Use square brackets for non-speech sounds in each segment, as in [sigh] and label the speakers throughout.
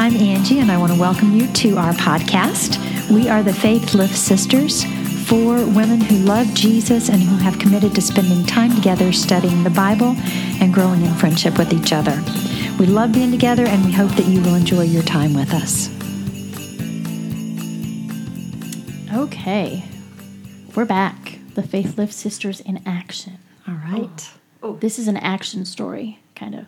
Speaker 1: I'm Angie, and I want to welcome you to our podcast. We are the Faith Lift Sisters, four women who love Jesus and who have committed to spending time together studying the Bible and growing in friendship with each other. We love being together, and we hope that you will enjoy your time with us.
Speaker 2: Okay, we're back. The Faith Lift Sisters in action.
Speaker 1: All right.
Speaker 2: This is an action story, kind of.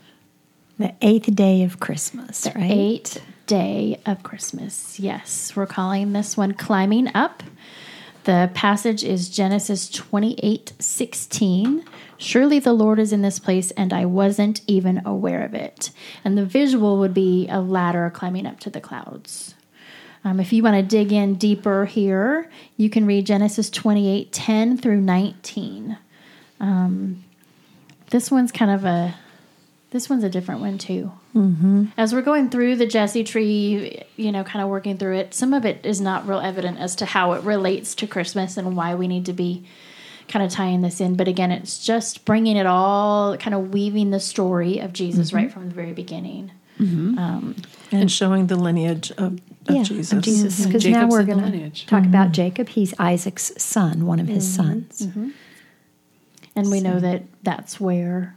Speaker 1: The eighth day of Christmas, right?
Speaker 2: Eight day of Christmas. Yes, we're calling this one climbing up. The passage is Genesis twenty-eight sixteen. Surely the Lord is in this place, and I wasn't even aware of it. And the visual would be a ladder climbing up to the clouds. Um, if you want to dig in deeper here, you can read Genesis twenty-eight ten through 19. Um, this one's kind of a this one's a different one too. Mm-hmm. As we're going through the Jesse tree, you know, kind of working through it, some of it is not real evident as to how it relates to Christmas and why we need to be kind of tying this in. But again, it's just bringing it all, kind of weaving the story of Jesus right from the very beginning.
Speaker 3: and showing the lineage of, of
Speaker 1: Yeah,
Speaker 3: Jesus.
Speaker 1: of Jesus.
Speaker 3: Mm-hmm.
Speaker 1: Because now
Speaker 4: Jacob's
Speaker 1: we're
Speaker 4: in the
Speaker 1: going to
Speaker 4: lineage.
Speaker 1: talk about Jacob. He's Isaac's son, one of his sons.
Speaker 2: And we know that that's where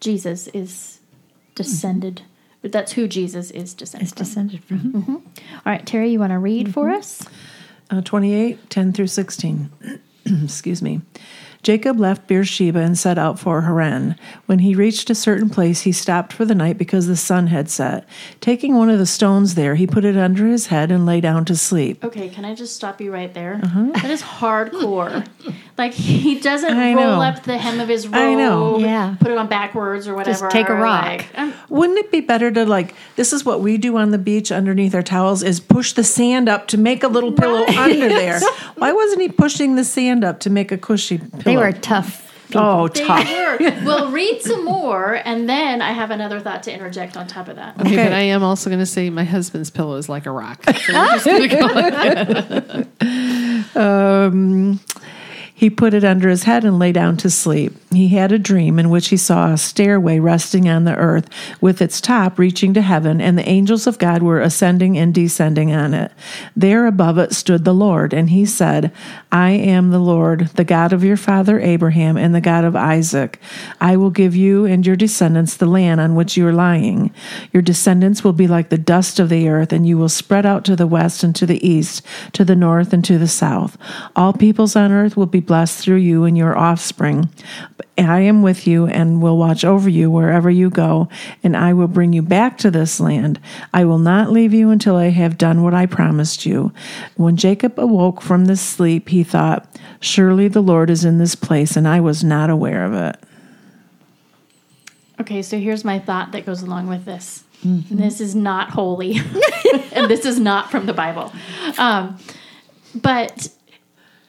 Speaker 2: Jesus is descended. But that's who Jesus is descended.
Speaker 1: Is descended from.
Speaker 2: from. All right, Terry, you want to read for us?
Speaker 3: Uh, 28, 10 through 16. [clears throat] Excuse me. Jacob left Beersheba and set out for Haran. When he reached a certain place, he stopped for the night because the sun had set. Taking one of the stones there, he put it under his head and lay down to sleep.
Speaker 2: Okay, can I just stop you right there?
Speaker 1: Uh-huh.
Speaker 2: That
Speaker 1: [laughs]
Speaker 2: is hardcore. like he doesn't
Speaker 3: I
Speaker 2: roll
Speaker 3: know.
Speaker 2: up the hem of his robe,
Speaker 3: I know.
Speaker 1: Yeah.
Speaker 2: put it on backwards or whatever.
Speaker 1: Just take a rock.
Speaker 2: like, I'm-
Speaker 3: Wouldn't it be better to like this is what we do on the beach underneath our towels is push the sand up to make a little pillow
Speaker 1: [laughs]
Speaker 3: under there. Why wasn't he pushing the sand up to make a cushy pillow?
Speaker 1: They were tough. [laughs]
Speaker 3: Oh,
Speaker 2: they
Speaker 3: tough.
Speaker 2: were. Well, read some more, and then I have another thought to interject on top of that.
Speaker 4: Okay,
Speaker 3: Okay.
Speaker 4: [laughs] but I am also going to say my husband's pillow is like a [laughs] rock. So we're just gonna go like that.
Speaker 3: Um, he put it under his head and lay down to sleep. He had a dream in which he saw a stairway resting on the earth, with its top reaching to heaven, and the angels of God were ascending and descending on it. There above it stood the Lord, and he said, I am the Lord, the God of your father Abraham, and the God of Isaac. I will give you and your descendants the land on which you are lying. Your descendants will be like the dust of the earth, and you will spread out to the west and to the east, to the north and to the south. All peoples on earth will be blessed through you and your offspring. I am with you and will watch over you wherever you go, and I will bring you back to this land. I will not leave you until I have done what I promised you. When Jacob awoke from this sleep, he thought, Surely the Lord is in this place, and I was not aware of it.
Speaker 2: Okay, so here's my thought that goes along with this. And this is not holy, [laughs] and this is not from the Bible. Um, but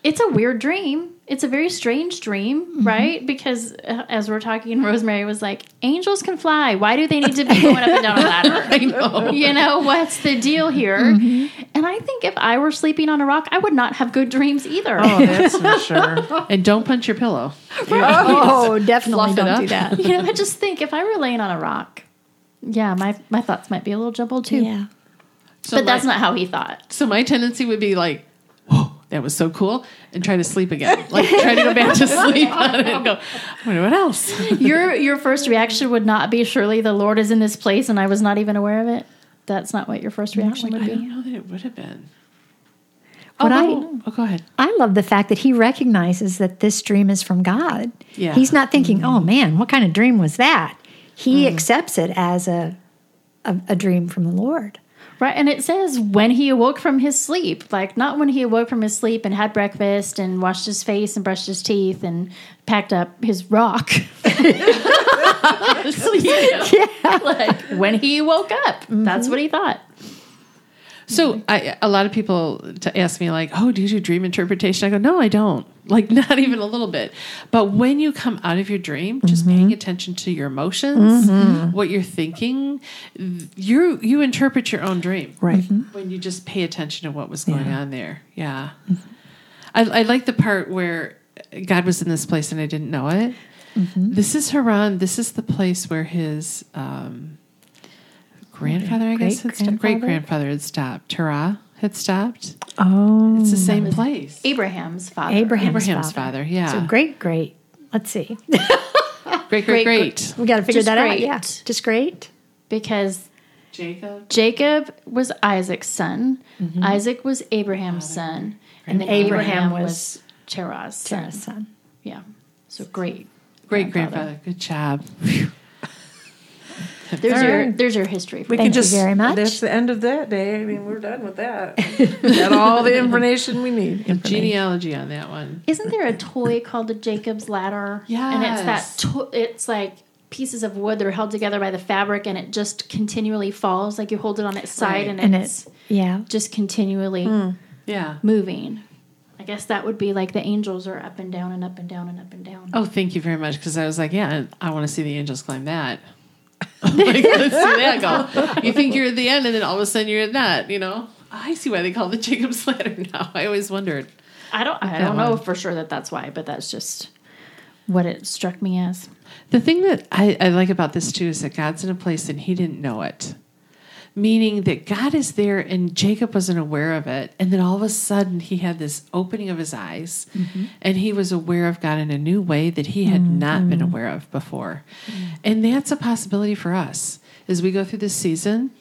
Speaker 2: it's a weird dream. It's a very strange dream, right? Because uh, as we're talking, Rosemary was like, "Angels can fly. Why do they need to be going up and down a
Speaker 4: [laughs]
Speaker 2: ladder? I know. You know what's the deal here?" And I think if I were sleeping on a rock, I would not have good dreams either.
Speaker 3: that's for sure.
Speaker 4: And don't punch your pillow.
Speaker 1: Oh, definitely
Speaker 4: Fluff it
Speaker 1: don't do
Speaker 4: up.
Speaker 1: that.
Speaker 2: [laughs] You know, I just think if I were laying on a rock, yeah, my my thoughts might be a little jumbled too.
Speaker 1: yeah.
Speaker 4: So
Speaker 2: But that's
Speaker 4: my-
Speaker 2: not how he thought.
Speaker 4: So my tendency would be like, whoa, that was so cool, and try to sleep again. Like try to go back to [laughs] sleep on it and go, I wonder what else.
Speaker 2: Your your first reaction would not be surely the Lord is in this place and I was not even aware of it. That's not what your first reaction would
Speaker 4: I don't
Speaker 2: be.
Speaker 4: know that it would have been.
Speaker 1: What I-
Speaker 4: oh, oh, go ahead.
Speaker 1: I love the fact that he recognizes that this dream is from God.
Speaker 4: Yeah.
Speaker 1: He's not thinking, oh man, what kind of dream was that? He accepts it as a, a, a dream from the Lord.
Speaker 2: Right. And it says when he awoke from his sleep, like not when he awoke from his sleep and had breakfast and washed his face and brushed his teeth and packed up his rock. [laughs] yeah. Mm-hmm. Like when he woke up, that's what he thought.
Speaker 4: So I, a lot of people to ask me like, "Oh, do you do dream interpretation?" I go, "No, I don't. [laughs] Like, not even a little bit." But when you come out of your dream, just paying attention to your emotions, what you're thinking, you you interpret your own dream
Speaker 3: Right.
Speaker 4: when you just pay attention to what was going on there. Yeah, I, I like the part where God was in this place and I didn't know it. This is Haran. This is the place where his um, grandfather, I guess, had stopped. Great grandfather had stopped. Terah had stopped.
Speaker 3: Oh,
Speaker 4: It's the same place.
Speaker 2: Abraham's father.
Speaker 1: Abraham's,
Speaker 4: Abraham's
Speaker 1: father.
Speaker 4: father. Yeah.
Speaker 1: So great, great. Let's see. [laughs]
Speaker 4: great, great, great.
Speaker 1: we got to figure
Speaker 2: Just
Speaker 1: that out.
Speaker 2: great.
Speaker 1: Yeah, just great.
Speaker 2: Because
Speaker 4: Jacob.
Speaker 2: Jacob was Isaac's son, Isaac was Abraham's son, and then Abraham,
Speaker 1: Abraham was
Speaker 2: was Terah's son.
Speaker 1: Yes, son.
Speaker 2: Yeah. So great.
Speaker 4: Great grandfather. Good job.
Speaker 2: There's
Speaker 3: All
Speaker 2: your
Speaker 3: right.
Speaker 2: there's your history.
Speaker 3: We
Speaker 1: Thank you very much.
Speaker 3: That's the end of that day. I mean, we're done
Speaker 1: [laughs]
Speaker 3: with that. we got all the information we need.
Speaker 4: Genealogy on that one.
Speaker 2: Isn't there a toy called the Jacob's Ladder? And it's
Speaker 4: Yes.
Speaker 2: that to- it's like pieces of wood that are held together by the fabric and it just continually falls like you hold it on its side
Speaker 4: Right.
Speaker 2: and,
Speaker 1: And
Speaker 2: it's
Speaker 1: it, yeah,
Speaker 2: just continually
Speaker 4: Yeah.
Speaker 2: moving. I guess that would be like the angels are up and down and up and down and up and down.
Speaker 4: Oh, thank you very much. Because I was like, yeah, I want to see the angels climb that. like, let's see that go. You think you're at the end, and then all of a sudden you're at that. You know, I see why they call it Jacob's ladder now. I always wondered.
Speaker 2: I don't I
Speaker 4: that
Speaker 2: don't know
Speaker 4: one.
Speaker 2: for sure that that's why, but that's just what it struck me as.
Speaker 4: The thing that I, I like about this too is that God's in a place and he didn't know it. Meaning that God is there and Jacob wasn't aware of it. And then all of a sudden he had this opening of his eyes and he was aware of God in a new way that he had not been aware of before. And that's a possibility for us as we go through this season.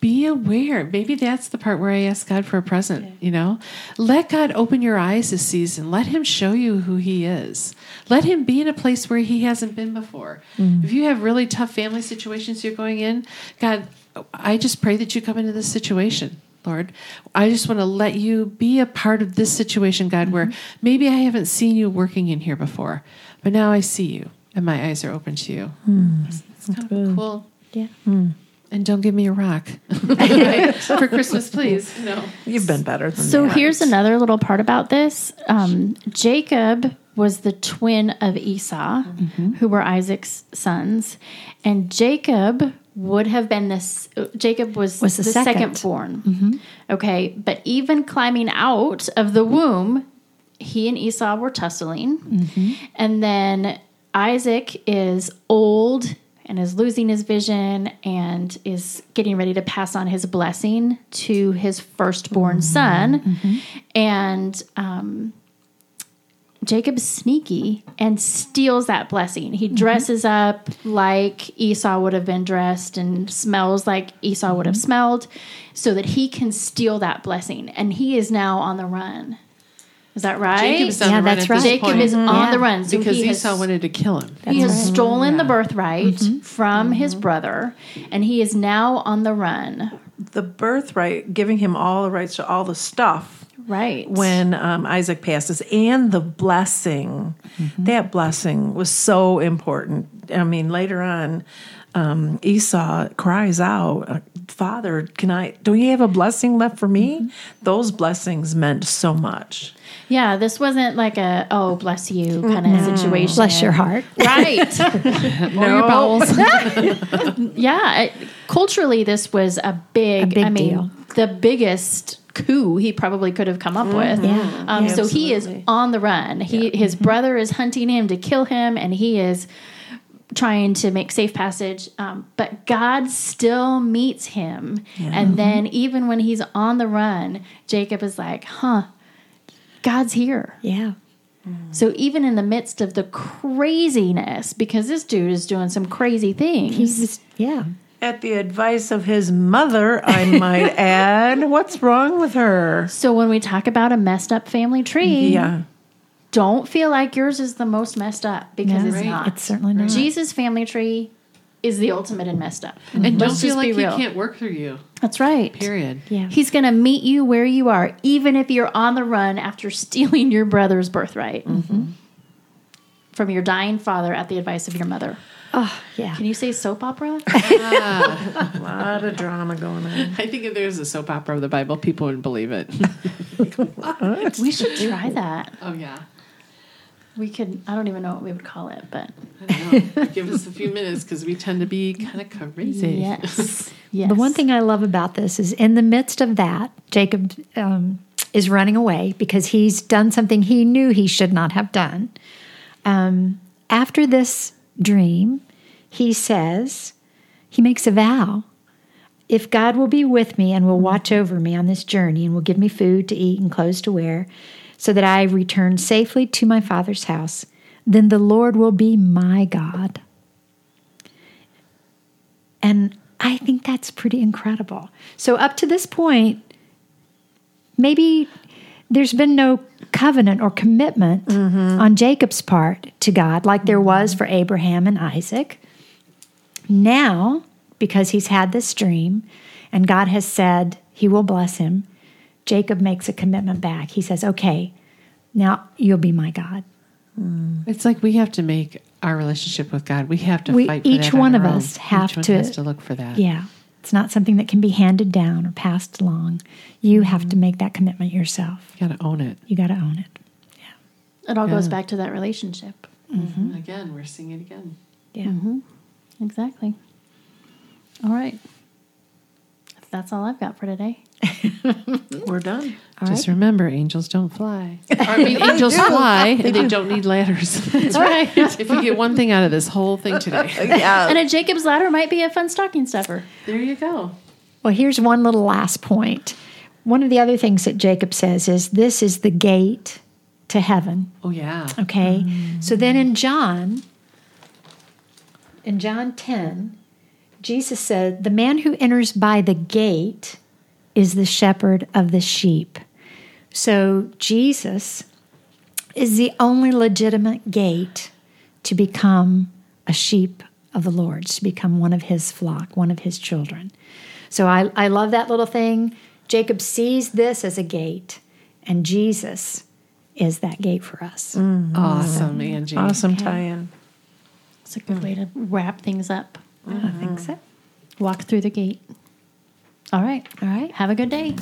Speaker 4: Be aware. Maybe that's the part where I ask God for a present, you know? Let God open your eyes this season. Let Him show you who He is. Let Him be in a place where He hasn't been before. If you have really tough family situations you're going in, God, I just pray that you come into this situation. Lord, I just want to let you be a part of this situation, God, where maybe I haven't seen you working in here before, but now I see you and my eyes are open to you. It's- It's kind of cool.
Speaker 1: yeah.
Speaker 4: And don't give me a rock Right? for Christmas, please. [laughs] No.
Speaker 3: You've been better than
Speaker 2: So
Speaker 3: that.
Speaker 2: here's another little part about this. Um, Jacob was the twin of Esau, who were Isaac's sons, and Jacob would have been this. Jacob was
Speaker 1: Was the second. Mm-hmm.
Speaker 2: born. Okay, but even climbing out of the womb, he and Esau were tussling,
Speaker 1: Mm-hmm.
Speaker 2: and then Isaac is old. And is losing his vision and is getting ready to pass on his blessing to his firstborn
Speaker 1: Mm-hmm.
Speaker 2: son. And um, Jacob's sneaky and steals that blessing.
Speaker 4: Mm-hmm.
Speaker 2: He dresses up like Esau would have been dressed and smells like Esau would have
Speaker 4: Mm-hmm.
Speaker 2: smelled so that he can steal that blessing. And he is now on the run. Is that right?
Speaker 4: Jacob's on
Speaker 1: Yeah,
Speaker 4: the run
Speaker 1: that's
Speaker 4: at
Speaker 1: right.
Speaker 4: this
Speaker 2: Jacob
Speaker 4: point Mm-hmm.
Speaker 2: is on
Speaker 1: Yeah.
Speaker 2: the run. So
Speaker 4: because
Speaker 2: he has-
Speaker 4: Esau wanted to kill him.
Speaker 2: he has stolen the birthright
Speaker 4: Mm-hmm.
Speaker 2: from his brother, and he is now on the run.
Speaker 3: the birthright, giving him all the rights to all the stuff
Speaker 2: Right.
Speaker 3: when um, Isaac passes, and the blessing.
Speaker 1: Mm-hmm.
Speaker 3: That blessing was so important. I mean, later on, um, Esau cries out, uh, "Father, can I? Do you have a blessing left for
Speaker 1: Mm-hmm.
Speaker 3: me?" Those blessings meant so much.
Speaker 2: Yeah, this wasn't like a, oh, bless you kind of situation.
Speaker 1: Bless your heart.
Speaker 2: [laughs] Right.
Speaker 4: Or your bowels.
Speaker 2: Yeah, it, culturally, this was a big,
Speaker 1: big
Speaker 2: I mean,
Speaker 1: deal.
Speaker 2: the biggest coup he probably could have come up with.
Speaker 1: Yeah.
Speaker 2: Um, so he is on the run. He his brother is hunting him to kill him, and he is trying to make safe passage. Um, but God still meets him, and then even when he's on the run, Jacob is like, "Huh, God's here."
Speaker 1: Yeah.
Speaker 2: So even in the midst of the craziness, because this dude is doing some crazy things,
Speaker 1: He was, yeah.
Speaker 3: At the advice of his mother, I might add, what's wrong with her?
Speaker 2: So when we talk about a messed up family tree,
Speaker 3: Yeah.
Speaker 2: don't feel like yours is the most messed up because
Speaker 1: No,
Speaker 2: it's
Speaker 1: right.
Speaker 2: not.
Speaker 1: It's certainly not.
Speaker 2: Jesus' family tree is the ultimate in messed up.
Speaker 4: And Mm-hmm. don't
Speaker 2: Let's
Speaker 4: feel
Speaker 2: just
Speaker 4: like
Speaker 2: be
Speaker 4: he
Speaker 2: real.
Speaker 4: can't work through you.
Speaker 2: That's right.
Speaker 4: Period.
Speaker 1: Yeah.
Speaker 2: He's going to meet you where you are, even if you're on the run after [laughs] stealing your brother's birthright from your dying father at the advice of your mother.
Speaker 1: oh, yeah.
Speaker 2: Can you say soap opera?
Speaker 3: A lot of drama going on.
Speaker 4: I think if there's a soap opera of the Bible, people wouldn't believe it.
Speaker 2: we should try that.
Speaker 4: [laughs] oh yeah.
Speaker 2: We could, I don't even know what we would call it, but
Speaker 4: I know. Give us a few minutes because we tend to be kind of crazy.
Speaker 2: yes. yes.
Speaker 1: [laughs] The one thing I love about this is in the midst of that, Jacob um, is running away because he's done something he knew he should not have done. Um, after this dream, he says, He makes a vow. If God will be with me and will watch over me on this journey and will give me food to eat and clothes to wear, so that I return safely to my father's house, then the Lord will be my God. And I think that's pretty incredible. So, up to this point, maybe there's been no covenant or commitment on Jacob's part to God like there was for Abraham and Isaac. Now, because he's had this dream and God has said he will bless him, Jacob makes a commitment back. He says, Okay, now you'll be my God.
Speaker 4: It's like we have to make our relationship with God. We have to
Speaker 1: We-
Speaker 4: fight. For
Speaker 1: each
Speaker 4: that on
Speaker 1: one of
Speaker 4: our own.
Speaker 1: us have
Speaker 4: each one
Speaker 1: to-
Speaker 4: has to look for that.
Speaker 1: Yeah. It's not something that can be handed down or passed along. You have to make that commitment yourself.
Speaker 4: You got to own it.
Speaker 1: You got to own it.
Speaker 2: It all goes back to that relationship.
Speaker 4: Again, we're seeing it again.
Speaker 1: Yeah.
Speaker 2: Exactly. All right. That's all I've got for today.
Speaker 3: We're done.
Speaker 4: Just remember, angels don't fly. [laughs] I mean, angels fly. and [laughs] They don't need ladders. That's right. if you get one thing out of this whole thing today,
Speaker 3: Uh,
Speaker 2: And a Jacob's ladder might be a fun stocking stuffer.
Speaker 4: there you go.
Speaker 1: Well, here's one little last point. One of the other things that Jacob says is this is the gate to heaven.
Speaker 4: Oh yeah.
Speaker 1: Okay. So then in John, in John 10, Jesus said, The man who enters by the gate is the shepherd of the sheep. So Jesus is the only legitimate gate to become a sheep of the Lord's, to become one of his flock, one of his children. So I, I love that little thing. Jacob sees this as a gate, and Jesus is that gate for us.
Speaker 4: Awesome, Angie.
Speaker 3: Awesome tie-in.
Speaker 2: It's a good
Speaker 1: Mm.
Speaker 2: way to wrap things up.
Speaker 1: I think so.
Speaker 2: Walk through the gate. All right.
Speaker 1: All right.
Speaker 2: Have a good day.